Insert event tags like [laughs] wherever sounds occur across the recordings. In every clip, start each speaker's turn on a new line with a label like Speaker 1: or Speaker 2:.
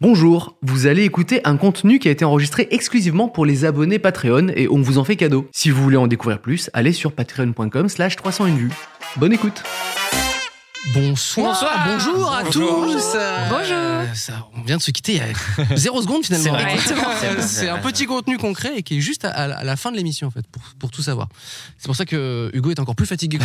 Speaker 1: Bonjour, vous allez écouter un contenu qui a été enregistré exclusivement pour les abonnés Patreon et on vous en fait cadeau. Si vous voulez en découvrir plus, allez sur patreon.com slash 301 vues. Bonne écoute
Speaker 2: Bonsoir,
Speaker 3: Bonsoir.
Speaker 2: bonjour à
Speaker 3: Bonjour.
Speaker 2: tous. Euh,
Speaker 3: Bonjour.
Speaker 2: ça, on vient de se quitter il y a [laughs] zéro seconde finalement.
Speaker 3: C'est vrai.
Speaker 2: C'est- C'est un petit contenu concret et qui est juste à, à la- à la fin de l'émission en fait pour, pour tout savoir. C'est pour ça que euh, Hugo est encore plus fatigué que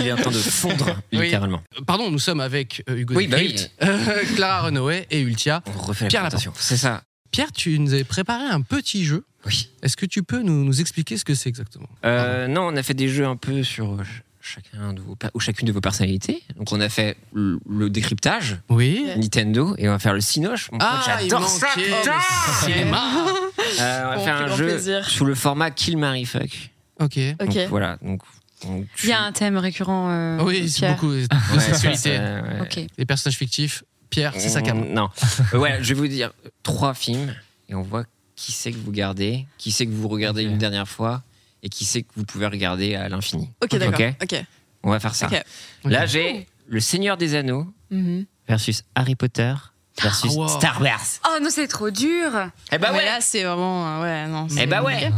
Speaker 3: [laughs]
Speaker 4: Il est en train de fondre,
Speaker 2: [laughs] Oui.
Speaker 4: littéralement.
Speaker 2: Pardon, nous sommes avec euh, Hugo
Speaker 4: Oui,
Speaker 2: de
Speaker 4: bah
Speaker 2: Crypt, [laughs] euh, Clara Renoé et Ultia.
Speaker 4: On refait
Speaker 2: Pierre
Speaker 4: la présentation. C'est ça.
Speaker 2: Pierre, tu nous avais préparé un petit jeu.
Speaker 4: Oui.
Speaker 2: Est-ce que tu peux nous, nous expliquer ce que c'est exactement
Speaker 4: Euh, non, on a fait des jeux un peu sur euh, ch- chacun de vos per- ou chacune de vos personnalités. Donc on a fait le, le décryptage
Speaker 2: Oui.
Speaker 4: Nintendo et on va faire le Cinoche. Mon pote,
Speaker 2: Ah, il
Speaker 4: j'adore ça.
Speaker 2: manquait le
Speaker 4: putain
Speaker 2: cinéma.
Speaker 4: Euh, on va
Speaker 3: Bon,
Speaker 4: faire
Speaker 3: plus
Speaker 4: un
Speaker 3: grand
Speaker 4: jeu
Speaker 3: plaisir.
Speaker 4: sous le format Kill Mary Fuck.
Speaker 2: Ok.
Speaker 3: Ok.
Speaker 4: Donc, voilà. Donc, on-
Speaker 3: Il y a un thème récurrent. euh,
Speaker 2: Oui, [laughs] c'est
Speaker 3: Pierre.
Speaker 2: beaucoup de
Speaker 4: Ouais,
Speaker 2: sexualité,
Speaker 4: ça, ouais.
Speaker 3: Ok.
Speaker 2: des personnages fictifs. Pierre, c'est ça
Speaker 4: On-
Speaker 2: caméra.
Speaker 4: Non. Euh, ouais, je vais vous dire trois films et on voit qui c'est que vous gardez, qui c'est que vous regardez
Speaker 2: Ok.
Speaker 4: une dernière fois et qui c'est que vous pouvez regarder à l'infini.
Speaker 5: Ok, d'accord. Ok.
Speaker 4: On va faire ça.
Speaker 5: Ok. Mm-hmm.
Speaker 4: Là, j'ai Le Seigneur des Anneaux
Speaker 3: Mhm.
Speaker 4: versus Harry Potter versus
Speaker 2: Ah, wow.
Speaker 4: Star Wars.
Speaker 3: Oh non, c'est trop dur.
Speaker 4: Eh bah
Speaker 5: Ah, Mais
Speaker 4: ouais.
Speaker 5: là, c'est vraiment. euh, Ouais, non.
Speaker 4: Eh
Speaker 5: c'est-
Speaker 4: bah ouais.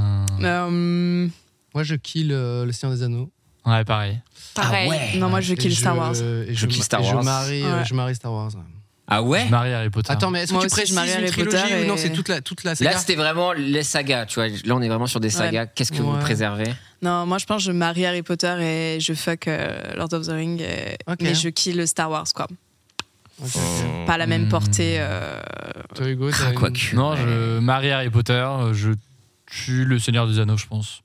Speaker 5: Euh,
Speaker 2: Moi, je kill euh, le Seigneur des Anneaux.
Speaker 6: Ouais, pareil.
Speaker 3: Pareil.
Speaker 5: non, Ah, moi, je
Speaker 2: Et
Speaker 5: kill Star Wars.
Speaker 2: Et
Speaker 4: Je kill Star
Speaker 2: et
Speaker 4: Wars.
Speaker 2: Je marie, euh,
Speaker 5: Ouais.
Speaker 2: je marie Star Wars. ouais.
Speaker 4: Ah ouais.
Speaker 6: Je
Speaker 2: Bah,
Speaker 6: marie Harry Potter.
Speaker 2: Eh. Attends, mais est-ce que
Speaker 5: Moi
Speaker 2: tu
Speaker 5: aussi, je
Speaker 2: précises
Speaker 5: marie
Speaker 2: une
Speaker 5: Harry
Speaker 2: trilogie
Speaker 5: Potter
Speaker 2: ou non
Speaker 5: et-
Speaker 2: C'est toute la, toute la saga
Speaker 4: Là, c'était vraiment les sagas, tu vois. Là, on est vraiment sur des sagas. Qu'est-ce que vous
Speaker 2: Ouais.
Speaker 4: préservez
Speaker 5: Non, moi, je pense que je marie Harry Potter et je fuck euh, Lord of the Ring. et-
Speaker 2: Ok.
Speaker 5: Mais je kill le Star Wars, quoi.
Speaker 2: Ok.
Speaker 4: Oh.
Speaker 5: Pas la même
Speaker 6: Hmm.
Speaker 5: portée. euh,
Speaker 2: Toi, Hugo, t'as
Speaker 4: Ah,
Speaker 2: une-
Speaker 4: quoique.
Speaker 6: Non,
Speaker 2: Eh.
Speaker 6: je marie Harry Potter, euh, je tue le Seigneur des Anneaux, je pense.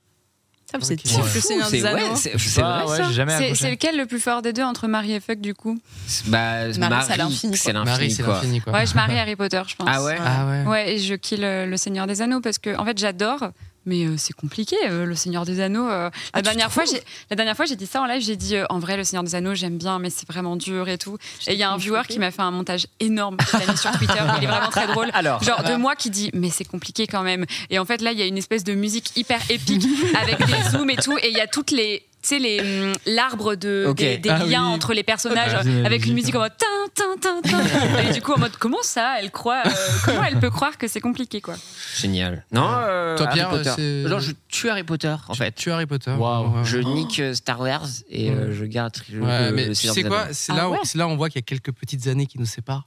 Speaker 5: putain, C'est
Speaker 2: Ok.
Speaker 5: type
Speaker 2: Ouais.
Speaker 5: le
Speaker 3: hein,
Speaker 5: Seigneur
Speaker 4: C'est
Speaker 5: des
Speaker 4: ouais,
Speaker 5: Anneaux.
Speaker 4: c'est- c'est
Speaker 6: Ah,
Speaker 4: vrai
Speaker 6: ouais,
Speaker 4: ça.
Speaker 6: j'ai jamais
Speaker 3: C'est
Speaker 6: accroché.
Speaker 3: c'est lequel le plus fort des deux entre Marie et Fuck du coup
Speaker 4: Bah,
Speaker 5: c'est à
Speaker 4: Marie,
Speaker 5: l'infini,
Speaker 4: c'est
Speaker 2: Marie,
Speaker 4: l'infini
Speaker 2: c'est
Speaker 4: quoi.
Speaker 2: l'infini, quoi.
Speaker 3: Ouais, je marie Harry Potter, je pense.
Speaker 4: Ah ouais.
Speaker 2: Ah ouais.
Speaker 3: Ouais, et je kill euh, le Seigneur des Anneaux parce que en fait j'adore. Mais euh, c'est compliqué, euh, le Seigneur des Anneaux. euh, la,
Speaker 6: Ah,
Speaker 5: tu
Speaker 3: dernière fois,
Speaker 5: trouves
Speaker 3: j'ai- la dernière fois, j'ai dit ça en live, j'ai dit euh, en vrai, le Seigneur des Anneaux, j'aime bien, mais c'est vraiment dur et tout. Et il y a un viewer qui m'a fait un montage énorme, qu'il a mis sur Twitter, il est vraiment très drôle.
Speaker 4: Alors.
Speaker 3: Genre de moi qui dit mais c'est compliqué quand même. Et en fait là il y a une espèce de musique hyper épique [laughs] avec des zooms et tout et il y a toutes les tu sais les hum, l'arbre de
Speaker 4: Ok.
Speaker 3: des, des
Speaker 6: Ah
Speaker 3: liens
Speaker 6: oui.
Speaker 3: entre les personnages
Speaker 6: Ah, j'imagine.
Speaker 3: avec une musique en mode tin tin tin tin et du coup en mode comment ça elle croit euh, comment elle peut croire que c'est compliqué quoi.
Speaker 4: Génial. Non, euh,
Speaker 2: Toi, Pierre,
Speaker 4: Harry Potter.
Speaker 2: c'est-
Speaker 4: Non, je tue Harry Potter, en
Speaker 2: Tu-
Speaker 4: fait.
Speaker 2: Tu Harry Potter.
Speaker 6: Waouh.
Speaker 2: Ouais.
Speaker 4: Je nique euh, Star Wars et euh,
Speaker 2: Ouais.
Speaker 4: je garde le-
Speaker 2: Ouais,
Speaker 4: le-
Speaker 2: mais
Speaker 4: le
Speaker 2: tu
Speaker 4: Seigneur
Speaker 2: sais
Speaker 4: des
Speaker 2: quoi
Speaker 4: Anneaux.
Speaker 2: C'est
Speaker 3: Ah
Speaker 2: là, où-
Speaker 3: ouais.
Speaker 2: c'est là où on voit qu'il y a quelques petites années qui nous
Speaker 4: [laughs]
Speaker 2: séparent.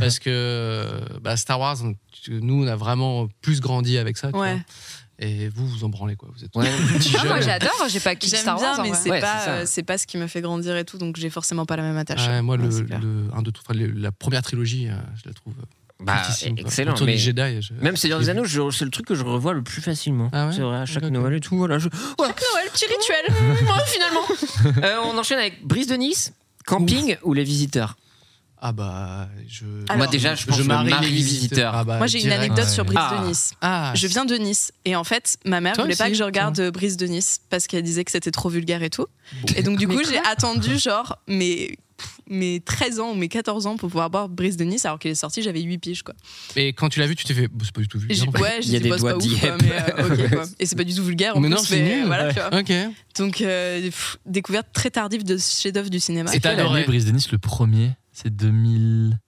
Speaker 2: parce que euh, bah, Star Wars, tu- nous, on a vraiment plus grandi avec ça. tu
Speaker 5: Ouais.
Speaker 2: vois. Et vous, vous en branlez quoi. Vous êtes
Speaker 4: Ouais.
Speaker 2: [laughs] petit
Speaker 3: Non,
Speaker 2: jeune.
Speaker 3: Ah, moi j'adore j'ai pas quitté
Speaker 5: J'aime
Speaker 3: Star Wars
Speaker 5: bien,
Speaker 3: en
Speaker 5: mais
Speaker 3: vrai.
Speaker 5: c'est
Speaker 4: Ouais,
Speaker 5: pas,
Speaker 4: c'est ça.
Speaker 5: euh, c'est pas ce qui me fait grandir et tout, donc j'ai forcément pas la même attache.
Speaker 2: Ouais, moi,
Speaker 5: Ouais,
Speaker 2: le,
Speaker 5: c'est clair.
Speaker 2: le- un, deux, trois, enfin, le- la première trilogie, euh, je la trouve
Speaker 4: Bah,
Speaker 2: fortissime, quoi.
Speaker 4: excellent.
Speaker 2: Autour
Speaker 4: mais
Speaker 2: des Jedi, je-
Speaker 4: Même Seigneur des Anneaux, je- c'est le truc que je revois le plus facilement.
Speaker 2: Ah ouais
Speaker 4: c'est vrai, à chaque
Speaker 2: D'accord.
Speaker 4: Noël et tout. Voilà, je-
Speaker 5: Noël, petit rituel.
Speaker 4: Euh, on enchaîne avec Brise de Nice, Camping ou Les Visiteurs.
Speaker 2: Ah bah je.
Speaker 4: Moi, déjà, je pense que le mari visiteur.
Speaker 2: Ah bah,
Speaker 5: Moi, j'ai une
Speaker 2: direct.
Speaker 5: anecdote sur Brise
Speaker 4: Ah.
Speaker 5: de Nice.
Speaker 2: Ah,
Speaker 5: Je viens de Nice et en fait, ma mère
Speaker 2: Toi
Speaker 5: voulait pas
Speaker 2: aussi,
Speaker 5: que je regarde euh, Brise de Nice parce qu'elle disait que c'était trop vulgaire et tout. Et donc, du
Speaker 3: Mais
Speaker 5: coup, j'ai attendu genre mes, pff, mes 13 ans ou mes 14 ans pour pouvoir boire Brise de Nice alors qu'il est sorti, j'avais 8 piges quoi.
Speaker 2: Et quand tu l'as vu, tu t'es fait. Bah, C'est pas du tout vu.
Speaker 5: Et j'ai- ouais,
Speaker 4: Il y a
Speaker 5: j'ai dit,
Speaker 4: des
Speaker 5: bah, c'est
Speaker 4: doigts
Speaker 5: pas ouf, quoi,
Speaker 4: Dieppe.
Speaker 5: mais euh, ok,
Speaker 4: [laughs]
Speaker 5: quoi. Et c'est pas du tout vulgaire en
Speaker 2: Mais
Speaker 5: plus,
Speaker 2: non, c'est
Speaker 5: mais,
Speaker 2: nul.
Speaker 5: voilà, tu vois.
Speaker 2: Ok.
Speaker 5: Donc, euh, pff, découverte très tardive de ce chef-d'œuvre du cinéma.
Speaker 2: C'est
Speaker 6: Quelle année,
Speaker 2: adoré.
Speaker 6: Brise de Nice, le premier C'est 2000.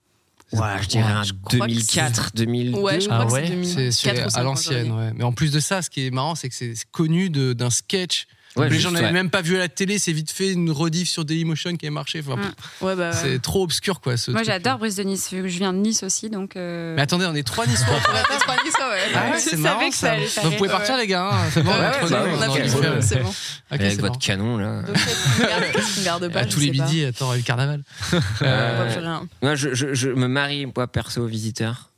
Speaker 4: Ouais, je dirais un
Speaker 5: crois que
Speaker 4: 2004, 2002.
Speaker 5: Ouais, je
Speaker 6: Ah
Speaker 5: crois
Speaker 6: ouais,
Speaker 5: que c'est
Speaker 2: C'est
Speaker 5: 2004 ou
Speaker 2: c'est à
Speaker 5: 5,
Speaker 2: l'ancienne, ouais. Mais en plus de ça, ce qui est marrant, c'est que c'est c'est connu de- d'un sketch.
Speaker 4: Ouais,
Speaker 2: les
Speaker 4: juste,
Speaker 2: gens n'avaient
Speaker 4: ouais.
Speaker 2: même pas vu à la télé, c'est vite fait une rediff sur Dailymotion qui a marché. Enfin,
Speaker 3: Mm.
Speaker 2: pff,
Speaker 5: Ouais, bah, ouais.
Speaker 2: C'est trop obscur, quoi. Ce
Speaker 3: Moi
Speaker 2: truc.
Speaker 3: j'adore Brice de Nice vu que je viens de Nice aussi donc. euh,
Speaker 2: Mais attendez, on est trois Niçois.
Speaker 5: Ouais, [laughs] c'est pas dit ça, ouais.
Speaker 2: Ah ouais,
Speaker 5: Je
Speaker 2: c'est
Speaker 5: savais
Speaker 2: marrant,
Speaker 5: que ça allait faire
Speaker 2: Bah, vous pouvez
Speaker 5: rire.
Speaker 2: partir, les gars. hein. C'est bon,
Speaker 5: Ouais,
Speaker 2: on a
Speaker 4: ouais,
Speaker 2: trop
Speaker 4: c'est
Speaker 2: de-
Speaker 4: bon,
Speaker 2: on a
Speaker 5: on a
Speaker 2: envie
Speaker 5: fait
Speaker 2: de
Speaker 5: le
Speaker 2: faire.
Speaker 5: boulot, c'est bon.
Speaker 2: Ok,
Speaker 4: Avec
Speaker 2: c'est
Speaker 4: votre
Speaker 2: bon.
Speaker 4: canon, là.
Speaker 5: Donc, qu'est-ce qui me garde
Speaker 2: À
Speaker 5: pas
Speaker 2: tous les midis, attends, le carnaval.
Speaker 5: On voit
Speaker 4: Euh,
Speaker 5: plus rien.
Speaker 4: Moi, je, je- je me marie, moi, perso, aux visiteurs.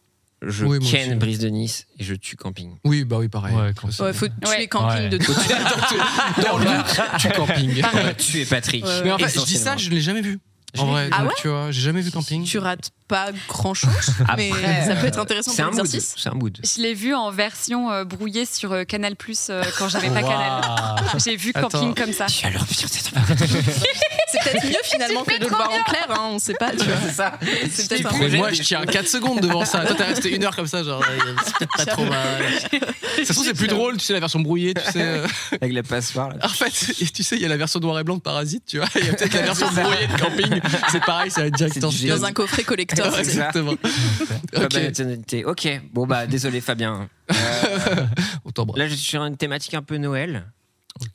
Speaker 4: Je
Speaker 2: Oui, moi aussi.
Speaker 4: ken Brise de Nice et je tue Camping.
Speaker 2: Oui, bah oui, pareil.
Speaker 6: Ouais, comme ça.
Speaker 5: Ouais, faut tuer
Speaker 3: Ouais.
Speaker 5: camping de
Speaker 6: Ouais.
Speaker 5: tout.
Speaker 2: Dans le tu camping.
Speaker 4: On va tuer Patrick.
Speaker 5: [laughs] Ouais, ouais.
Speaker 2: Mais en fait, je dis ça, je ne l'ai jamais vu. En vrai,
Speaker 5: Ah
Speaker 2: donc, tu vois, j'ai jamais vu camping.
Speaker 5: Tu rates pas grand chose, mais
Speaker 4: Après,
Speaker 5: ça peut être
Speaker 4: euh,
Speaker 5: intéressant
Speaker 4: C'est
Speaker 5: pour
Speaker 4: un mood.
Speaker 5: l'exercice.
Speaker 4: C'est un
Speaker 5: [laughs]
Speaker 4: mood.
Speaker 3: Je l'ai vu en version euh, brouillée sur euh, Canal Plus quand j'avais pas Canal.
Speaker 6: Waouh.
Speaker 3: J'ai vu
Speaker 2: Attends.
Speaker 3: camping comme ça.
Speaker 4: Tu as leur pire tête.
Speaker 5: C'est peut-être mieux finalement
Speaker 3: Tu
Speaker 5: que
Speaker 3: fais
Speaker 5: de le
Speaker 3: trop
Speaker 5: voir en clair, hein, on sait pas, tu vois.
Speaker 4: C'est ça.
Speaker 5: C'est peut-être un
Speaker 4: plus-
Speaker 2: Mais
Speaker 4: projet
Speaker 2: moi,
Speaker 4: des
Speaker 2: je tiens 4 secondes devant ça. Toi, t'es resté une heure comme ça, genre, euh, c'est peut-être pas
Speaker 5: [laughs]
Speaker 2: trop mal. De toute façon, c'est plus drôle, tu sais, la version brouillée, tu sais. euh,
Speaker 4: Avec la passoire. là.
Speaker 2: En fait, et tu sais, il y a la version noir et blanc de Parasite, tu vois. Il y a peut-être la version brouillée de camping. C'est pareil, ça va être Jack
Speaker 4: C'est
Speaker 2: Torchfield.
Speaker 4: du
Speaker 5: dans un coffret collector.
Speaker 4: c'est
Speaker 2: Ouais,
Speaker 4: ça. [laughs]
Speaker 2: Exactement.
Speaker 4: Pas
Speaker 2: [laughs] Ok.
Speaker 4: mal d'intensité. ok, bon bah désolé Fabien. Euh,
Speaker 2: On t'embrasse.
Speaker 4: Là je suis sur une thématique un peu Noël.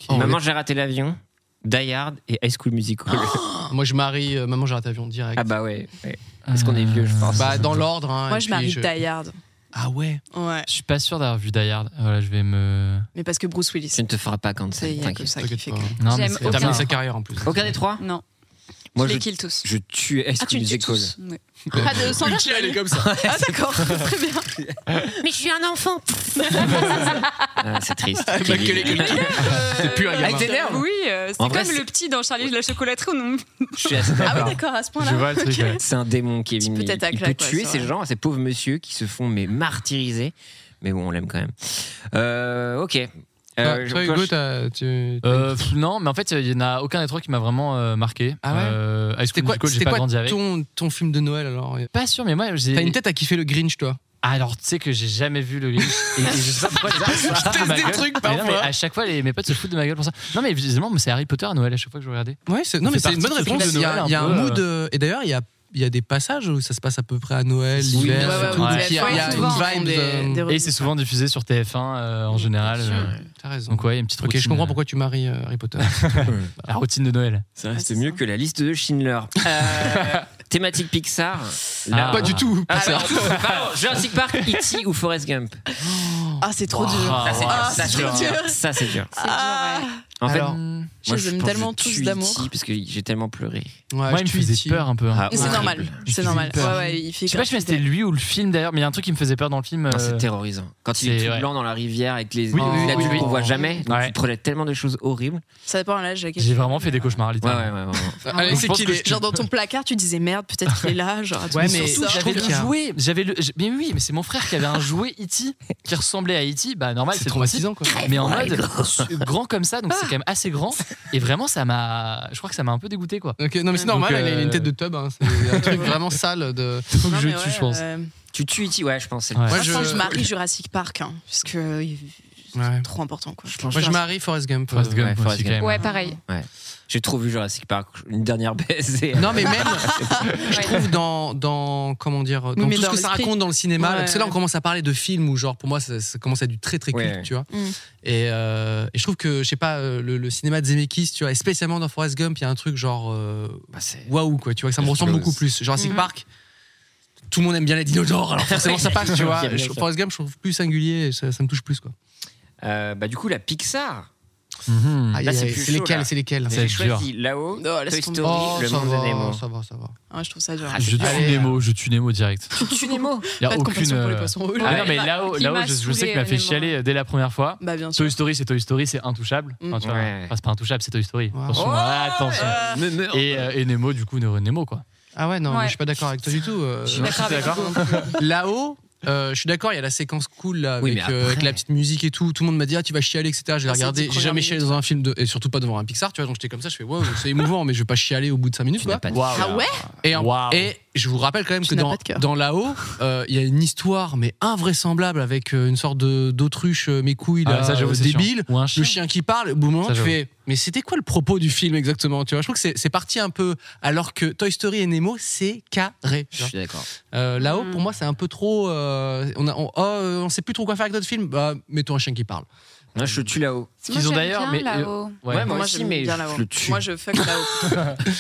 Speaker 2: Oh,
Speaker 4: Maman j'ai raté l'avion, Die Hard et High School Musical.
Speaker 5: Oh.
Speaker 2: Moi, je marie euh, Maman, j'ai raté l'avion direct.
Speaker 4: ah bah ouais. ouais. Parce qu'on est vieux je pense.
Speaker 2: Bah, dans l'ordre. hein,
Speaker 5: Moi,
Speaker 2: et
Speaker 5: je
Speaker 2: puis
Speaker 5: marie Die Hard.
Speaker 2: Ah ouais.
Speaker 5: Ouais.
Speaker 6: Je suis pas sûr d'avoir vu Die Hard. Voilà, je vais me.
Speaker 5: Mais parce que Bruce Willis.
Speaker 4: Je ne te ferai pas quand
Speaker 5: Ça y est, comme
Speaker 4: t'inquiète.
Speaker 5: ça qui
Speaker 2: T'inquiète
Speaker 5: fait
Speaker 2: pas.
Speaker 5: que-
Speaker 6: Non, mais
Speaker 3: J'aime
Speaker 6: c'est
Speaker 2: Il a
Speaker 3: aucun.
Speaker 6: pas
Speaker 2: terminé
Speaker 6: mal.
Speaker 2: sa carrière en plus.
Speaker 4: Aucun des trois
Speaker 3: Non,
Speaker 4: Moi
Speaker 3: je
Speaker 4: je,
Speaker 3: les kill tous.
Speaker 4: je tue High School
Speaker 5: Ah, tu le tues
Speaker 4: Musical.
Speaker 5: tous. Ouais.
Speaker 2: Ouais.
Speaker 5: Ah, de Sandra,
Speaker 2: Tiens, elle est comme ça.
Speaker 5: Ah, d'accord, très bien.
Speaker 4: Mais je suis un enfant. [laughs] ah, c'est triste.
Speaker 2: Elle m'a gueulé comme ça. C'est pur,
Speaker 4: Avec tes nerfs
Speaker 3: Oui, euh, c'est
Speaker 4: En
Speaker 3: comme
Speaker 4: vrai, c'est-
Speaker 3: le petit dans Charlie de la chocolaterie. on-
Speaker 4: Je suis assez
Speaker 5: Ah, oui,
Speaker 4: d'accord.
Speaker 5: d'accord, à ce point-là.
Speaker 6: Je vois le truc.
Speaker 5: Ok.
Speaker 6: ouais.
Speaker 4: C'est un démon Kevin.
Speaker 5: Petit
Speaker 4: Il,
Speaker 5: peu tête à
Speaker 4: il peut
Speaker 5: claque, ouais,
Speaker 4: tuer
Speaker 5: c'est
Speaker 4: ces
Speaker 5: vrai.
Speaker 4: gens, ces pauvres messieurs qui se font mais martyriser. Mais bon, on l'aime quand même. Euh, ok. Euh,
Speaker 6: Ah,
Speaker 2: Toi,
Speaker 4: je-
Speaker 2: toi,
Speaker 4: toi,
Speaker 2: Hugo,
Speaker 4: je-
Speaker 2: t'as- tu.
Speaker 6: Euh, pff, non, mais en fait, il y en a aucun des trois qui m'a vraiment euh, marqué.
Speaker 2: Ah ouais
Speaker 6: Euh, High School
Speaker 2: C'était quoi,
Speaker 6: Musical, j'ai
Speaker 2: c'était
Speaker 6: pas
Speaker 2: quoi
Speaker 6: grandi avec.
Speaker 2: ton, ton film de Noël alors
Speaker 6: Pas sûr, mais moi, j'ai.
Speaker 2: T'as une tête à kiffer le Grinch, toi
Speaker 6: Ah, Alors, tu sais que j'ai jamais vu le Grinch. Et, et je sais pas pourquoi.
Speaker 2: [laughs]
Speaker 6: ça- ça se fout de
Speaker 2: teste
Speaker 6: ma
Speaker 2: des
Speaker 6: gueule.
Speaker 2: trucs
Speaker 6: Mais non, mais
Speaker 2: parfois.
Speaker 6: à chaque fois, les, mes potes se foutent de ma gueule pour ça. Non, mais visiblement, c'est Harry Potter à Noël à chaque fois que je regardais.
Speaker 2: Ouais, c'est- non,
Speaker 6: Ça
Speaker 2: mais
Speaker 6: fait
Speaker 2: c'est une bonne
Speaker 6: partie de
Speaker 2: réponse.
Speaker 6: ce
Speaker 2: Il y a,
Speaker 6: film de
Speaker 2: il y a
Speaker 6: Noël, un
Speaker 2: un mood.
Speaker 6: peu,
Speaker 2: euh, Et d'ailleurs, il y a, il y a des passages où ça se passe à peu près à Noël,
Speaker 6: Oui,
Speaker 2: l'hiver,
Speaker 6: ouais,
Speaker 2: et
Speaker 6: ouais,
Speaker 2: tout.
Speaker 6: ouais.
Speaker 2: donc il y a, il y a
Speaker 3: Ouais, souvent,
Speaker 2: une
Speaker 5: ils
Speaker 2: vibe.
Speaker 5: font
Speaker 2: de-
Speaker 5: des-
Speaker 6: Et c'est souvent diffusé sur TF1 euh, en général.
Speaker 2: sûr.
Speaker 6: euh.
Speaker 2: T'as raison.
Speaker 6: Donc, ouais, il y a une petite
Speaker 2: Ok,
Speaker 6: routine.
Speaker 2: je comprends pourquoi tu maries euh, Harry Potter.
Speaker 6: La routine de Noël.
Speaker 4: Ça reste
Speaker 5: Ah, c'est
Speaker 4: mieux
Speaker 5: ça.
Speaker 4: que la liste de Schindler. Euh, [laughs] thématique Pixar. Là-
Speaker 2: [laughs]
Speaker 6: euh,
Speaker 2: Pas du tout.
Speaker 4: Ah, Alors,
Speaker 2: [laughs]
Speaker 4: pardon, Jurassic Park, E.T. ou Forrest Gump.
Speaker 5: Ah, c'est trop
Speaker 6: Wow.
Speaker 5: dur.
Speaker 6: Ah,
Speaker 4: Ça, c'est dur.
Speaker 5: Ah,
Speaker 4: ça,
Speaker 5: c'est
Speaker 4: c'est
Speaker 5: trop
Speaker 4: dur.
Speaker 5: dur.
Speaker 4: Ça, c'est dur.
Speaker 3: C'est
Speaker 5: Ah.
Speaker 3: dur, ouais.
Speaker 4: En fait,
Speaker 2: Alors,
Speaker 6: hmm.
Speaker 5: Je les aime
Speaker 4: pense que
Speaker 5: tellement
Speaker 4: je
Speaker 5: tous
Speaker 4: tue
Speaker 5: d'amour.
Speaker 4: E.T. parce que j'ai tellement pleuré.
Speaker 2: ouais,
Speaker 6: Moi, il
Speaker 2: je
Speaker 6: me
Speaker 2: suis
Speaker 6: faisait
Speaker 2: ici.
Speaker 6: peur un peu. hein.
Speaker 4: Ah,
Speaker 5: Mais C'est
Speaker 4: horrible.
Speaker 5: normal,
Speaker 6: Il
Speaker 5: c'est
Speaker 6: faisait
Speaker 5: normal. Ouais,
Speaker 2: peur.
Speaker 5: ouais, il fait
Speaker 6: Je sais pas si c'était lui ou le film d'ailleurs, mais il y a un truc qui me faisait peur dans le film.
Speaker 4: Ah,
Speaker 6: euh,
Speaker 4: c'est terrorisant. Quand il est,
Speaker 6: c'est-
Speaker 4: tout
Speaker 6: ouais.
Speaker 4: blanc dans la rivière avec les
Speaker 6: Oui,
Speaker 4: les
Speaker 6: oui, oui,
Speaker 4: adultes
Speaker 6: oui.
Speaker 4: qu'on voit jamais, donc
Speaker 6: Ouais.
Speaker 4: tu te relèves tellement de choses horribles.
Speaker 5: Ça dépend à l'âge. à quel-
Speaker 6: J'ai vraiment fait des cauchemars
Speaker 4: Ouais, ouais,
Speaker 6: littéralement.
Speaker 4: ouais. vraiment.
Speaker 2: Allez,
Speaker 6: Je
Speaker 2: c'est
Speaker 6: pense
Speaker 2: qu'il
Speaker 6: que
Speaker 2: est.
Speaker 5: Genre dans ton placard, tu disais merde, peut-être qu'il est là. Genre,
Speaker 2: Ouais,
Speaker 5: tu me
Speaker 2: mais
Speaker 5: sors ça.
Speaker 2: j'avais
Speaker 6: j'avais
Speaker 2: trouve
Speaker 6: le
Speaker 2: qu'il y a-
Speaker 6: jouet, j'avais le, j- mais oui, mais c'est mon frère qui avait un jouet E.T. [laughs] qui ressemblait à E.T. Bah normal,
Speaker 2: C'est
Speaker 6: c'est traumatisant.
Speaker 2: traumatisant, quoi.
Speaker 6: mais en mode su- grand comme ça, donc c'est quand même assez grand. Et vraiment, ça m'a, je crois que ça m'a un peu dégoûté quoi.
Speaker 2: Ok, non, mais c'est
Speaker 6: Donc,
Speaker 2: normal,
Speaker 6: euh,
Speaker 2: elle a une tête de tub. hein, C'est
Speaker 6: [laughs]
Speaker 2: un truc vraiment sale. De...
Speaker 6: Faut que
Speaker 5: Non,
Speaker 6: je
Speaker 5: mais
Speaker 6: tue,
Speaker 5: ouais,
Speaker 6: je pense.
Speaker 5: euh,
Speaker 4: Tu tues E.T., ouais, je pense. c'est-
Speaker 6: Ouais.
Speaker 2: Moi,
Speaker 5: Moi, je
Speaker 2: je-
Speaker 5: pense que je marie Jurassic Park, hein, parce que euh, c'est
Speaker 2: Ouais.
Speaker 5: trop important. Quoi.
Speaker 2: Moi, je marie Forrest Gump.
Speaker 6: Forrest
Speaker 2: euh,
Speaker 6: Gump,
Speaker 4: ouais,
Speaker 6: moi aussi,
Speaker 4: Forrest
Speaker 6: quand même.
Speaker 3: Ouais, pareil.
Speaker 4: J'ai trop vu Jurassic Park, une dernière baisse. et-
Speaker 2: Non, mais même, je
Speaker 3: Ouais.
Speaker 2: trouve dans, dans comment dire, dans
Speaker 5: mais
Speaker 2: tout
Speaker 5: dans
Speaker 2: ce que ça
Speaker 5: l'esprit.
Speaker 2: raconte dans le cinéma,
Speaker 5: Ouais,
Speaker 2: parce que là on
Speaker 5: ouais.
Speaker 2: commence à parler de films où genre pour moi ça, ça commence à être du très très
Speaker 4: Ouais,
Speaker 2: culte,
Speaker 4: ouais.
Speaker 2: tu vois.
Speaker 5: Mm.
Speaker 2: Et, euh, et je trouve que je sais pas euh, le, le cinéma de Zemeckis, tu vois, et spécialement dans Forrest Gump, il y a un truc genre euh,
Speaker 4: Bah, c'est-
Speaker 2: waouh quoi, tu vois, que ça me
Speaker 4: Quelque
Speaker 2: ressemble
Speaker 4: chose.
Speaker 2: beaucoup plus. Jurassic
Speaker 5: Mhm.
Speaker 2: Park, tout le monde aime bien les dinosaures, alors
Speaker 4: [laughs]
Speaker 2: forcément ça passe, tu vois.
Speaker 4: J'aime bien
Speaker 2: Je-
Speaker 4: ça.
Speaker 2: Forrest Gump, je trouve plus singulier, et ça, ça me touche plus quoi.
Speaker 4: Euh, bah, du coup, la Pixar.
Speaker 6: Mhm.
Speaker 2: Aïe,
Speaker 4: Là,
Speaker 2: aïe,
Speaker 4: c'est
Speaker 2: aïe,
Speaker 4: plus
Speaker 2: c'est
Speaker 4: chaud,
Speaker 2: lesquels,
Speaker 4: là.
Speaker 2: c'est lesquels.
Speaker 6: Ah, C'est
Speaker 4: J'ai
Speaker 6: dur.
Speaker 4: choisi là-haut,
Speaker 5: Non, laisse
Speaker 4: Toy
Speaker 5: tomber.
Speaker 4: Story,
Speaker 2: Oh,
Speaker 4: Le
Speaker 2: ça
Speaker 4: Monde de
Speaker 2: va,
Speaker 4: Nemo.
Speaker 2: ça va, ça va.
Speaker 5: Ouais, je trouve ça dur.
Speaker 4: Ah,
Speaker 6: Je tue
Speaker 2: Allez,
Speaker 6: Nemo, je tue Nemo direct.
Speaker 4: Tu tues Nemo
Speaker 6: Il y a
Speaker 5: Pas de
Speaker 6: aucune.
Speaker 5: compassion pour les
Speaker 6: euh,
Speaker 5: poissons.
Speaker 6: Ah,
Speaker 3: Ouais.
Speaker 6: non, mais là-haut,
Speaker 3: Qui
Speaker 6: là-haut,
Speaker 3: m'a
Speaker 6: je, je
Speaker 3: saoulé,
Speaker 6: sais qu'il m'a fait
Speaker 3: Nemo.
Speaker 6: chialer euh, dès la première fois.
Speaker 5: Bah bien sûr.
Speaker 6: Toy Story, c'est Toy Story, c'est intouchable.
Speaker 5: Mm.
Speaker 6: Enfin, tu vois,
Speaker 4: Ouais.
Speaker 6: enfin, c'est pas intouchable, c'est Toy Story.
Speaker 2: Ouais.
Speaker 6: Attention,
Speaker 4: Oh,
Speaker 6: attention.
Speaker 4: Me meurs.
Speaker 6: Et, euh, et Nemo, du coup, Nemo quoi.
Speaker 2: Ah ouais, non,
Speaker 3: Ouais.
Speaker 2: mais je suis pas d'accord avec toi du tout. euh,
Speaker 3: Je suis d'accord
Speaker 6: t'es
Speaker 3: avec
Speaker 6: d'accord
Speaker 3: vous.
Speaker 2: Là-haut, euh, je suis d'accord, il y a la séquence cool là,
Speaker 4: Oui,
Speaker 2: avec,
Speaker 4: mais
Speaker 2: euh,
Speaker 4: après-
Speaker 2: avec la petite musique et tout. Tout le monde m'a dit, ah, tu vas chialer, etc. Je l'ai
Speaker 5: Ah, c'est
Speaker 2: regardé.
Speaker 5: dix
Speaker 2: J'ai jamais
Speaker 5: premières
Speaker 2: chialé dans un film, de, et surtout pas devant un Pixar, tu vois. Donc j'étais comme ça, je fais, wow, c'est émouvant, mais je vais pas chialer au bout de 5 minutes,
Speaker 4: Tu
Speaker 2: quoi.
Speaker 4: n'as pas de-
Speaker 5: Ah ouais
Speaker 2: Et, en-
Speaker 6: Waouh.
Speaker 2: et je vous rappelle quand même
Speaker 5: Tu
Speaker 2: que
Speaker 5: n'as
Speaker 2: dans,
Speaker 5: pas de cœur.
Speaker 2: dans là-haut, euh, il y a une histoire, mais invraisemblable, avec euh, une sorte de- d'autruche, euh, mes couilles,
Speaker 6: Ah,
Speaker 2: là,
Speaker 6: ça, j'avoue,
Speaker 2: euh,
Speaker 6: c'est
Speaker 2: débile.
Speaker 6: chiant. Ou un chien.
Speaker 2: Le chien qui parle, au bout d'un moment,
Speaker 6: Ça,
Speaker 2: tu
Speaker 6: j'avoue.
Speaker 2: fais, mais c'était quoi le propos du film exactement Tu vois, je trouve que c'est- c'est parti un peu, alors que Toy Story et Nemo, c'est carré. tu
Speaker 4: Je
Speaker 2: vois.
Speaker 4: suis d'accord.
Speaker 2: Euh, Là-haut,
Speaker 3: Mm.
Speaker 2: pour moi, c'est un peu trop. euh, on, a, on, oh, euh, on sait plus trop quoi faire avec d'autres films. Bah, mettons un chien qui parle.
Speaker 4: Moi, je tue là-haut.
Speaker 6: qu'ils ont
Speaker 3: Moi, j'aime
Speaker 6: d'ailleurs,
Speaker 3: bien
Speaker 6: mais, euh,
Speaker 3: là-haut.
Speaker 6: Ouais.
Speaker 4: Ouais, moi aussi,
Speaker 5: j'aime
Speaker 4: mais
Speaker 5: bien
Speaker 4: je
Speaker 5: là-haut.
Speaker 4: le tue.
Speaker 5: Moi, je fuck là-haut.
Speaker 4: Mais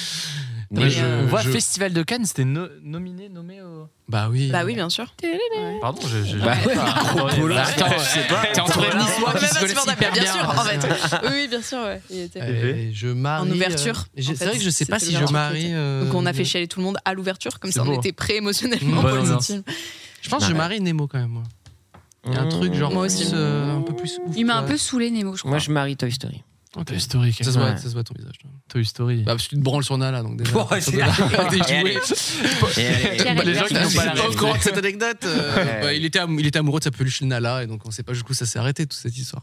Speaker 6: Ouais,
Speaker 5: je-
Speaker 6: on voit
Speaker 2: Euh, je-
Speaker 6: Festival de Cannes, c'était no- nominé, nommé au.
Speaker 2: Bah oui.
Speaker 5: bah oui, bien sûr. Ouais.
Speaker 6: Pardon, je. je...
Speaker 4: Bah,
Speaker 6: Ah, attendez, bah,
Speaker 4: Attends, je sais pas.
Speaker 2: T'es entouré de niçois qui
Speaker 5: Même
Speaker 2: se
Speaker 5: à
Speaker 2: connaissent
Speaker 5: Superdame,
Speaker 2: hyper bien.
Speaker 5: Bah, bien sûr, en fait. Oui, oui, bien sûr, ouais. Il était-
Speaker 2: Euh, je marie.
Speaker 5: En ouverture,
Speaker 2: euh, j'ai-
Speaker 5: en
Speaker 2: c'est
Speaker 5: fait,
Speaker 2: vrai que je sais pas
Speaker 5: c'était
Speaker 2: si je
Speaker 5: l'ouverture qui
Speaker 2: marie.
Speaker 5: était.
Speaker 2: euh,
Speaker 5: Donc on a fait chialer tout le monde à l'ouverture, comme
Speaker 2: C'est
Speaker 5: ça
Speaker 2: beau.
Speaker 5: on était pré-émotionnellement
Speaker 2: Mmh.
Speaker 5: pour
Speaker 6: Bonne
Speaker 5: les
Speaker 6: ambiance.
Speaker 5: films.
Speaker 2: Je pense que je marie Nemo quand même. moi. Il y a un truc genre
Speaker 5: Moi
Speaker 2: plus,
Speaker 4: Mmh.
Speaker 5: aussi.
Speaker 2: euh, un peu plus. ouf,
Speaker 3: Il m'a un
Speaker 2: quoi.
Speaker 3: peu saoulé, Nemo, je crois.
Speaker 4: Moi, je marie Toy Story.
Speaker 6: Un peu historique.
Speaker 2: Ça se voit,
Speaker 4: Ouais.
Speaker 2: ça se voit ton visage. toi.
Speaker 6: Toy Story.
Speaker 2: Bah, parce que tu te branles sur Nala, donc déjà.
Speaker 4: Bon,
Speaker 2: ça
Speaker 4: c'est-
Speaker 2: te [laughs]
Speaker 4: [laughs]
Speaker 2: donne des
Speaker 4: Et allez.
Speaker 2: jouets.
Speaker 4: Et allez.
Speaker 3: Pierre et
Speaker 6: bah, les gens
Speaker 3: Pierre.
Speaker 6: qui n'ont pas la
Speaker 2: Pas au
Speaker 6: ref.
Speaker 2: courant de cette anecdote. euh,
Speaker 4: Ouais.
Speaker 2: bah, il, était am- il était amoureux de sa peluche Nala, et donc on sait pas jusqu'où ça s'est arrêté, toute cette histoire.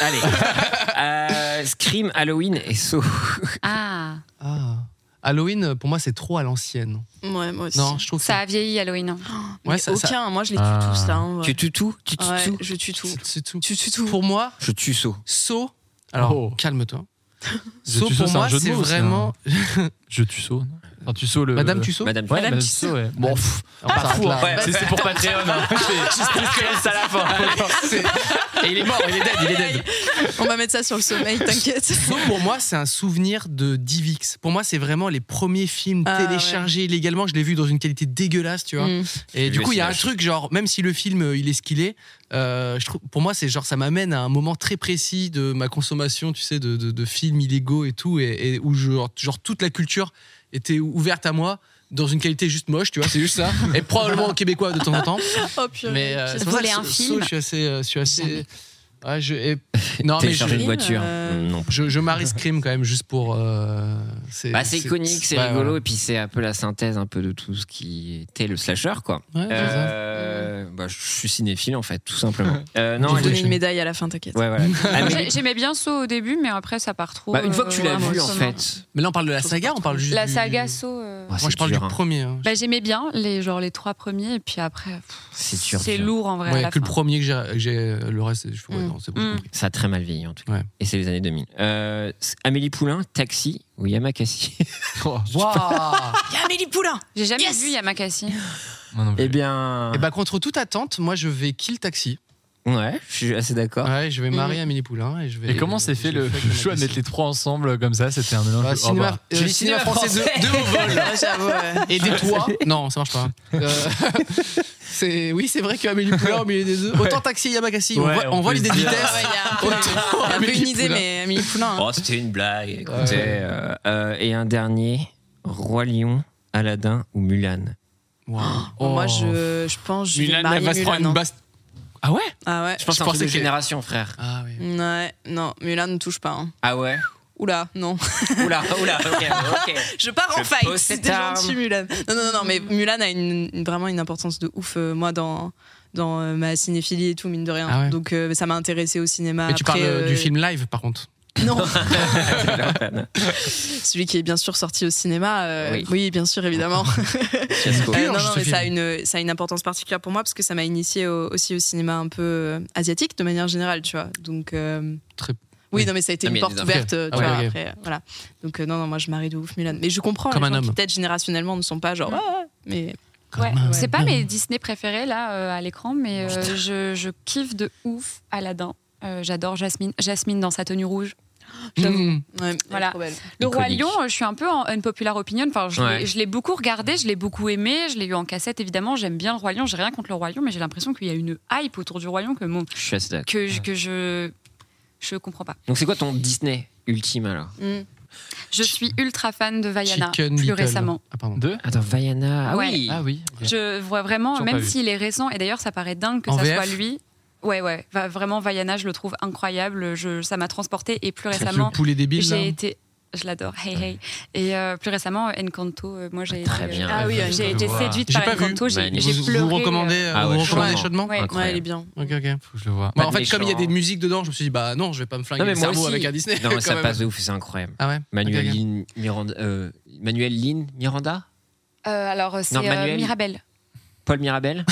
Speaker 4: Allez. Euh, Scream, Halloween et So.
Speaker 3: Ah,
Speaker 2: Ah. Halloween, pour moi, c'est trop à l'ancienne.
Speaker 5: Ouais, moi aussi.
Speaker 2: Non, je trouve que
Speaker 3: ça a vieilli Halloween. hein.
Speaker 5: Mais
Speaker 2: ouais, ça-
Speaker 5: aucun,
Speaker 2: ça-
Speaker 5: moi je les tue
Speaker 6: Ah.
Speaker 5: tous là. hein, ouais.
Speaker 4: Tu tues tout Tu tues
Speaker 5: Ouais,
Speaker 4: tout
Speaker 5: je tue tout.
Speaker 2: c'est- c'est tout.
Speaker 5: Tu tues tout.
Speaker 2: Pour moi,
Speaker 4: Je tue So.
Speaker 2: saut. Alors,
Speaker 6: Oh.
Speaker 2: calme-toi.
Speaker 6: Je
Speaker 2: Saut
Speaker 6: tue saut,
Speaker 2: pour
Speaker 6: c'est un
Speaker 2: moi,
Speaker 6: jeu de
Speaker 2: c'est
Speaker 6: mots, c'est
Speaker 2: vraiment.
Speaker 6: Je Tussaud. non Enfin, Tussaud le.
Speaker 2: Madame Tussaud
Speaker 4: Madame Tussauds.
Speaker 6: Ouais, Madame Ah, Tussaud, ouais.
Speaker 2: Bon, pff, on s'arrête
Speaker 4: fou,
Speaker 2: là.
Speaker 4: ouais.
Speaker 6: C'est c'est pour Patreon. hein. Je fais- je fais ce que laisse à la fin. Et il est mort, il est dead, il est dead.
Speaker 5: On va mettre ça sur le
Speaker 2: [laughs]
Speaker 5: sommeil, t'inquiète.
Speaker 2: Saut, pour moi, c'est un souvenir de Divix. Pour moi, c'est vraiment les premiers films
Speaker 5: Ah,
Speaker 2: téléchargés illégalement. Je l'ai vu dans une qualité dégueulasse,
Speaker 5: [laughs]
Speaker 2: tu vois.
Speaker 5: Mm.
Speaker 2: Et
Speaker 4: J'ai
Speaker 2: du
Speaker 4: vu
Speaker 2: coup,
Speaker 4: aussi
Speaker 2: il y a un
Speaker 4: la chose.
Speaker 2: truc, genre, même si le film, euh, il est ce qu'il est, euh, je trouve, pour moi, c'est genre, ça m'amène à un moment très précis de ma consommation, tu sais, de, de- de films illégaux et tout, et, et où, genre, genre, toute la culture était ouverte à moi dans une qualité juste moche, tu vois, c'est juste ça. Et probablement québécois de temps en temps.
Speaker 5: Oh purée.
Speaker 2: Mais euh,
Speaker 3: J'ai
Speaker 2: c'est pour ça que
Speaker 3: volé un
Speaker 2: Saut,
Speaker 3: film.
Speaker 2: je suis assez. euh, je suis assez... Ouais, je, et- non, mais je,
Speaker 4: Télécharger une
Speaker 5: je-
Speaker 4: voiture.
Speaker 5: Euh,
Speaker 4: Non.
Speaker 2: je, je marie Scream quand même, juste pour. euh, c'est
Speaker 4: Bah, c'est
Speaker 2: c'est-
Speaker 4: iconique, c'est
Speaker 2: ouais,
Speaker 4: rigolo, et puis c'est un peu la synthèse un peu de tout ce qui était le slasher, quoi.
Speaker 2: ouais. Ouais, c'est ça.
Speaker 4: Euh, bah, je suis cinéphile, en fait, tout simplement. Euh,
Speaker 5: Je
Speaker 4: non,
Speaker 5: vais
Speaker 4: elle-
Speaker 5: donner une médaille à la fin, t'inquiète.
Speaker 4: ouais, voilà. [laughs] Ah, mais-
Speaker 3: J'ai- J'aimais bien Saut au début, mais après ça part trop.
Speaker 4: bah, une fois que tu
Speaker 3: euh,
Speaker 4: l'as
Speaker 3: vraiment
Speaker 4: vu, en
Speaker 3: sombre.
Speaker 4: fait.
Speaker 2: Mais là, on parle de la saga, on parle juste.
Speaker 3: La
Speaker 2: du-
Speaker 3: saga Saut. euh,
Speaker 4: Ouais,
Speaker 2: Moi,
Speaker 4: c'est
Speaker 2: je parle
Speaker 4: dur,
Speaker 2: du
Speaker 4: hein.
Speaker 2: premier. hein.
Speaker 3: bah, j'aimais bien les, genre, les trois premiers, et puis après, pff,
Speaker 4: C'est sûr.
Speaker 3: c'est
Speaker 4: dur.
Speaker 3: lourd en vrai. à
Speaker 2: Ouais,
Speaker 3: la
Speaker 2: que le
Speaker 3: fin.
Speaker 2: premier que j'ai- que j'ai, le reste, je fais, ouais,
Speaker 5: Mm.
Speaker 2: non, c'est bon, j'ai
Speaker 3: Mm.
Speaker 2: compris.
Speaker 4: Ça a très mal vieilli, en tout cas.
Speaker 2: Ouais.
Speaker 4: Et c'est les années 2000. Euh, c- Amélie Poulain, Taxi ou Yamakasi
Speaker 2: Waouh
Speaker 5: Il y a Amélie Poulain
Speaker 3: J'ai jamais
Speaker 5: Yes
Speaker 3: vu Yamakasi.
Speaker 6: Moi non plus.
Speaker 4: Eh bien.
Speaker 2: Et bah, contre toute attente, moi, je vais kill taxi.
Speaker 4: Ouais, je suis assez d'accord.
Speaker 2: Ouais,
Speaker 3: Mm.
Speaker 2: je vais marier Amélie Poulain et je vais.
Speaker 6: Ah. Et comment s'est fait
Speaker 2: je
Speaker 6: le
Speaker 2: vais
Speaker 6: le
Speaker 7: [laughs]
Speaker 2: faire
Speaker 6: choix de
Speaker 2: Taxi.
Speaker 6: mettre les trois ensemble euh, comme ça C'était un mélange.
Speaker 2: Bah,
Speaker 6: de- oh,
Speaker 2: cinéma,
Speaker 6: bah. Ah,
Speaker 2: euh,
Speaker 4: J'ai
Speaker 2: cinéma
Speaker 4: le cinéma
Speaker 2: français de, de au vol
Speaker 3: [laughs]
Speaker 5: J'avoue, ouais.
Speaker 2: et des toits. Non, ça marche pas. Euh, [laughs] c'est oui, c'est vrai qu'Amélie Poulain au milieu des deux. Autant Taxi Yamakasi, on
Speaker 6: Ouais,
Speaker 2: voit,
Speaker 6: on
Speaker 2: on voit
Speaker 6: peut
Speaker 2: l'idée de
Speaker 6: se dire.
Speaker 2: vitesse.
Speaker 5: Ouais, il y
Speaker 2: [laughs]
Speaker 5: a un peu-
Speaker 2: Autant
Speaker 5: il y a un peu une
Speaker 2: Amélie
Speaker 5: idée,
Speaker 2: Poulain.
Speaker 5: mais Amélie Poulain. hein.
Speaker 4: Oh, c'était une blague, écoutez.
Speaker 2: Ouais.
Speaker 4: euh, euh, et un dernier Roi Lion, Aladdin ou Mulan
Speaker 2: Waouh.
Speaker 5: Moi, je, je pense que je vais
Speaker 2: Oh. Mulan,
Speaker 5: marier
Speaker 2: elle va se prendre
Speaker 5: Mulan,
Speaker 2: une
Speaker 5: hein.
Speaker 2: basse. Ah ouais
Speaker 5: Ah ouais.
Speaker 4: Je pense que
Speaker 2: Je
Speaker 4: c'est un
Speaker 2: pensais
Speaker 4: truc de
Speaker 2: que-
Speaker 4: génération, frère.
Speaker 2: Ah oui.
Speaker 5: Ouais, non, Mulan ne touche pas. hein.
Speaker 4: Ah ouais
Speaker 5: Oula, non. [laughs]
Speaker 4: Oula, oula, ok, ok.
Speaker 5: Je pars en
Speaker 4: Je
Speaker 5: fight,
Speaker 4: pose
Speaker 5: c'est
Speaker 4: cette
Speaker 5: des
Speaker 4: arme.
Speaker 5: gentils Mulan. Non, non, non, non, mais Mulan a une, une- vraiment une importance de ouf, euh, moi, dans, dans euh, ma cinéphilie et tout, mine de rien.
Speaker 2: Ah ouais.
Speaker 5: Donc, euh, ça m'a intéressé au cinéma.
Speaker 2: Mais tu
Speaker 5: Après,
Speaker 2: parles euh, du
Speaker 5: euh,
Speaker 2: film live, par contre.
Speaker 5: Non. Celui qui est bien sûr sorti au cinéma. euh,
Speaker 4: Oui.
Speaker 5: oui. bien sûr, évidemment.
Speaker 4: Fiasco.
Speaker 5: Euh,
Speaker 2: Purge,
Speaker 5: non, non,
Speaker 2: ce
Speaker 5: mais
Speaker 2: film.
Speaker 5: ça a, une, ça a une importance particulière pour moi parce que ça m'a initié au- aussi au cinéma un peu euh, asiatique de manière générale, tu vois. Donc. euh,
Speaker 2: Très-
Speaker 5: Oui,
Speaker 2: oui.
Speaker 5: non, mais ça a été
Speaker 4: Ah, mais
Speaker 5: une porte
Speaker 4: ok.
Speaker 5: ouverte, euh,
Speaker 2: Ah
Speaker 5: tu
Speaker 2: ouais,
Speaker 5: vois,
Speaker 2: ok.
Speaker 5: après, euh, voilà. Donc, euh, non, non, moi, je marie de ouf Mulan. Mais je comprends,
Speaker 2: Comme
Speaker 5: les
Speaker 2: un
Speaker 5: gens qui,
Speaker 2: homme.
Speaker 5: peut-être, générationnellement, ne sont pas genre, Ah, mais
Speaker 3: Ouais.
Speaker 2: Comme un
Speaker 3: C'est pas
Speaker 2: homme.
Speaker 3: mes Disney préférés là euh, à l'écran, mais euh, je, je kiffe de ouf Aladdin. Euh, J'adore Jasmine. Jasmine dans sa tenue rouge. J'avoue.
Speaker 2: Mm.
Speaker 5: Ouais,
Speaker 3: Voilà.
Speaker 5: trop belle.
Speaker 3: Le Roi
Speaker 4: Iconique.
Speaker 3: Lion, euh, je suis un peu en unpopular opinion. Enfin, je
Speaker 4: Ouais.
Speaker 3: l'ai- je l'ai beaucoup regardé, je l'ai beaucoup aimé, je l'ai eu en cassette évidemment. J'aime bien le Roi Lion, j'ai rien contre le Roi Lion, mais j'ai l'impression qu'il y a une hype autour du Roi Lion que, mon,
Speaker 4: Je suis assez d'accord.
Speaker 3: que, je- que je. Je comprends pas.
Speaker 4: Donc, c'est quoi ton Disney ultime alors
Speaker 5: Mm.
Speaker 3: Je suis ultra fan de Vaiana
Speaker 2: Chicken
Speaker 3: plus
Speaker 2: Little.
Speaker 3: récemment.
Speaker 2: Ah, pardon.
Speaker 6: Deux
Speaker 4: Attends, Vaiana. Ah
Speaker 3: Ouais.
Speaker 4: oui
Speaker 6: Ah oui.
Speaker 3: Je vois vraiment,
Speaker 6: Toujours pas
Speaker 3: même
Speaker 6: vu.
Speaker 3: s'il est récent, et d'ailleurs ça paraît dingue que
Speaker 2: En
Speaker 3: ça
Speaker 2: VF?
Speaker 3: soit lui. Ouais, ouais, va- vraiment, Vaiana, je le trouve incroyable. Je, ça m'a transporté et plus récemment,
Speaker 2: Le poulet débile. là.
Speaker 3: j'ai été. Je l'adore, hey hey. Et euh, plus récemment, euh, Encanto, euh, moi j'ai été,
Speaker 4: Très bien.
Speaker 3: ah oui,
Speaker 2: Bah,
Speaker 5: Encanto.
Speaker 3: j'ai été
Speaker 6: Wow.
Speaker 3: séduite
Speaker 2: J'ai
Speaker 3: par
Speaker 2: pas vu.
Speaker 3: Encanto. J'ai
Speaker 4: Magnifique.
Speaker 3: j'ai
Speaker 2: vous, vous
Speaker 3: pleuré.
Speaker 2: recommandez, euh,
Speaker 4: Ah ouais,
Speaker 2: vous recommandez
Speaker 4: chaudement.
Speaker 2: chaudement
Speaker 3: Ouais.
Speaker 5: Ouais, elle est
Speaker 4: Incroyable.
Speaker 5: bien.
Speaker 2: Ok, ok.
Speaker 6: Faut que je le vois.
Speaker 2: Bah,
Speaker 4: de
Speaker 2: en fait, comme il y a
Speaker 4: méchant.
Speaker 2: des musiques dedans, je me suis dit, bah non, je vais pas me flinguer
Speaker 4: Non, mais
Speaker 2: le
Speaker 4: moi
Speaker 2: cerveau
Speaker 4: aussi.
Speaker 2: avec un Disney.
Speaker 4: Non,
Speaker 2: [laughs]
Speaker 4: mais
Speaker 6: [laughs]
Speaker 2: quand
Speaker 4: ça
Speaker 2: même.
Speaker 4: passe de ouf, c'est incroyable.
Speaker 2: Ah ouais
Speaker 4: Manuel
Speaker 2: Ok, ok.
Speaker 4: Lynn Miranda. euh, Manuel Lynn Miranda
Speaker 3: Euh, alors c'est euh,
Speaker 4: Manuel.
Speaker 3: Mirabelle.
Speaker 4: Paul Mirabel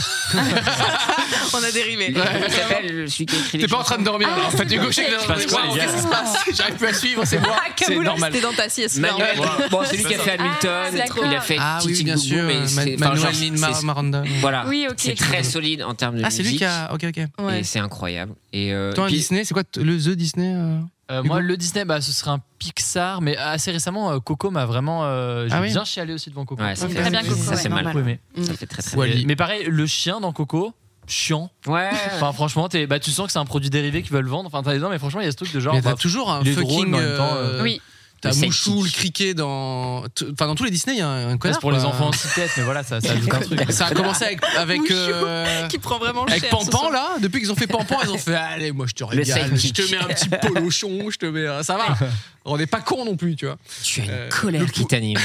Speaker 5: On a dérivé.
Speaker 4: Il s'appelle celui qui a écrit les
Speaker 6: T'es pas en train de
Speaker 4: chansons.
Speaker 6: dormir là. En fait, Hugo, je sais que
Speaker 7: Je passe quoi,
Speaker 6: Waouh,
Speaker 7: les gars
Speaker 6: qu'est-ce qui se passe J'arrive plus à suivre, c'est moi.
Speaker 5: [laughs] Ah,
Speaker 7: C'est
Speaker 5: Kaboul,
Speaker 7: normal.
Speaker 5: c'était dans ta sieste.
Speaker 4: Manu-
Speaker 5: Manuel.
Speaker 4: Bon, celui qui a fait
Speaker 3: Ah,
Speaker 4: Hamilton,
Speaker 3: d'accord.
Speaker 4: il a fait
Speaker 6: Ah oui,
Speaker 4: Titi
Speaker 6: bien
Speaker 4: Boubou,
Speaker 6: sûr.
Speaker 4: mais
Speaker 6: Ma-
Speaker 4: c'est- enfin, genre,
Speaker 6: Manuel
Speaker 4: c'est-
Speaker 6: Lin Maranda.
Speaker 4: Voilà.
Speaker 3: Oui, ok.
Speaker 4: C'est très solide en termes de
Speaker 6: Ah,
Speaker 4: musique.
Speaker 6: c'est lui qui a. Ok, ok.
Speaker 5: Ouais.
Speaker 4: Et c'est incroyable. Et euh,
Speaker 6: Toi, un
Speaker 4: puis-
Speaker 6: Disney, c'est quoi t- le The Disney euh
Speaker 7: Euh,
Speaker 6: Hugo
Speaker 7: moi, le Disney, bah, ce serait un Pixar, mais assez récemment, euh, Coco m'a vraiment. euh, J'ai
Speaker 6: Ah oui
Speaker 7: bien chialé aussi devant Coco.
Speaker 4: Ouais, ça
Speaker 7: J'ai
Speaker 4: fait-
Speaker 3: Très bien, Coco,
Speaker 7: Ça,
Speaker 3: ouais.
Speaker 7: c'est mal.
Speaker 5: Normal.
Speaker 7: aimé.
Speaker 4: Ça fait très très
Speaker 6: Wall-E.
Speaker 7: Mais pareil, le chien dans Coco, chiant.
Speaker 4: bien.
Speaker 3: Euh.
Speaker 4: Ouais.
Speaker 7: Enfin, franchement, t'es- bah, tu sens que c'est un produit dérivé qu'ils veulent vendre. Enfin, t'as non, mais franchement, il y a ce truc de genre.
Speaker 6: Mais t'as
Speaker 7: bah,
Speaker 6: toujours un
Speaker 7: il est
Speaker 6: fucking.
Speaker 7: drôle, mais en même temps, euh,
Speaker 3: Oui.
Speaker 6: T'as
Speaker 4: Le sidekick.
Speaker 6: Mouchou, le criquet dans. t- Enfin, dans tous les Disney, il y a un
Speaker 7: ouais,
Speaker 6: connard.
Speaker 7: c'est pour les
Speaker 6: quoi.
Speaker 7: enfants aussi, peut-être, mais voilà, ça,
Speaker 6: [laughs]
Speaker 7: ça ajoute un truc.
Speaker 6: Ça a commencé avec. avec
Speaker 5: Mouchou.
Speaker 6: euh,
Speaker 5: Qui prend vraiment
Speaker 6: Avec
Speaker 5: cher. ce
Speaker 6: Pampan
Speaker 5: soir.
Speaker 6: là, depuis qu'ils ont fait Pampan, ils ont fait allez moi je te régale, je
Speaker 4: sidekick.
Speaker 6: te mets un petit polochon, je te mets un- ça va.
Speaker 7: [laughs]
Speaker 6: On n'est pas con non plus, tu vois.
Speaker 4: Tu as une
Speaker 6: Euh, le
Speaker 4: colère
Speaker 6: pou-
Speaker 4: qui
Speaker 6: [laughs]
Speaker 4: t'anime.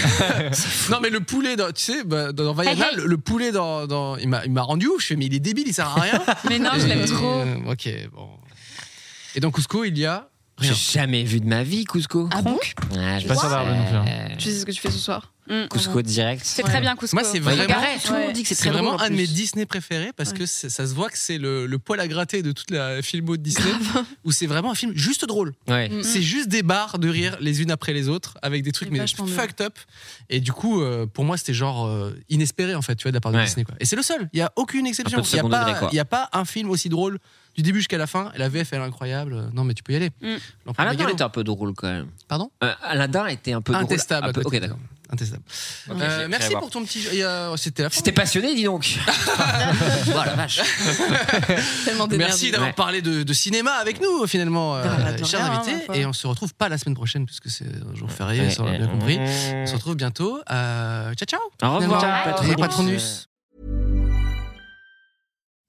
Speaker 6: Non mais le poulet dans, tu sais bah, dans dans Viagra,
Speaker 3: hey.
Speaker 6: le, le poulet dans, dans- il m'a il m'a rendu ouf, je fais mais il est débile, il sert
Speaker 7: [laughs]
Speaker 6: à rien.
Speaker 3: Mais non, je
Speaker 6: Et-
Speaker 3: l'aime trop.
Speaker 6: euh, OK, bon. Et dans Cusco, il y a
Speaker 4: J'ai
Speaker 6: rien.
Speaker 4: jamais vu de ma vie, Cusco.
Speaker 5: Ah bon
Speaker 4: Ouais,
Speaker 7: Pas sûr d'avoir vu non plus,
Speaker 5: Je sais ce que tu fais ce soir.
Speaker 3: Mm.
Speaker 4: Cusco direct.
Speaker 3: C'est très bien, Cusco.
Speaker 6: Moi, Ah, c'est
Speaker 4: Ouais,
Speaker 6: vraiment-
Speaker 4: pareil, tout le monde
Speaker 5: Ouais.
Speaker 4: dit que c'est
Speaker 6: C'est
Speaker 4: très
Speaker 6: vraiment
Speaker 4: drôle, en
Speaker 6: un de mes
Speaker 4: plus.
Speaker 6: Disney préférés parce que c'est- ça se voit que c'est le, le poil à gratter de toute la filmo de Disney
Speaker 3: [laughs]
Speaker 6: où c'est vraiment un film juste drôle.
Speaker 4: Ouais.
Speaker 5: Mm.
Speaker 6: C'est juste des barres de rire les unes après les autres avec des trucs
Speaker 5: C'est
Speaker 6: mais
Speaker 5: vachement bien.
Speaker 6: fucked up. Et du coup, euh, pour moi, c'était genre euh, inespéré en fait, tu vois, de la part de
Speaker 4: Ouais.
Speaker 6: Disney. Quoi. Et c'est le seul. Il y a aucune exception.
Speaker 4: Un peu de
Speaker 6: Il y a
Speaker 4: second degré,
Speaker 6: pas,
Speaker 4: quoi.
Speaker 6: il y a pas un film aussi drôle du début jusqu'à la fin. Et la VF elle est incroyable. Euh, Non mais tu peux y aller.
Speaker 3: Mm.
Speaker 6: L'Empereur
Speaker 4: Aladdin
Speaker 6: Megalo.
Speaker 4: Ah, était un peu drôle quand même.
Speaker 6: Pardon
Speaker 4: Euh, Aladdin était un peu drôle.
Speaker 6: Intestable.
Speaker 4: Un
Speaker 6: à
Speaker 4: peu-
Speaker 6: côté.
Speaker 4: Ok, d'accord.
Speaker 6: Intestable.
Speaker 4: Ok,
Speaker 6: Euh,
Speaker 4: je vais- je
Speaker 6: merci
Speaker 4: vais
Speaker 6: pour ton petit. jeu. Il y a- oh, C'était la fin.
Speaker 4: C'était passionné, dis
Speaker 6: [laughs]
Speaker 4: donc. oh la vache.
Speaker 5: Tellement d'énergie.
Speaker 6: Merci d'avoir
Speaker 4: Ouais.
Speaker 6: parlé de, de cinéma avec nous, finalement, euh,
Speaker 5: Ah, de
Speaker 6: chers
Speaker 5: rien,
Speaker 6: invités.
Speaker 5: enfin.
Speaker 6: Et on se retrouve pas la semaine prochaine, puisque c'est un jour férié,
Speaker 4: Ouais,
Speaker 6: ça on l'a
Speaker 4: ouais.
Speaker 6: bien compris. On se retrouve bientôt. Euh, ciao, ciao
Speaker 4: Au revoir,
Speaker 6: Finalement,
Speaker 4: Patronus.
Speaker 6: et Patronus.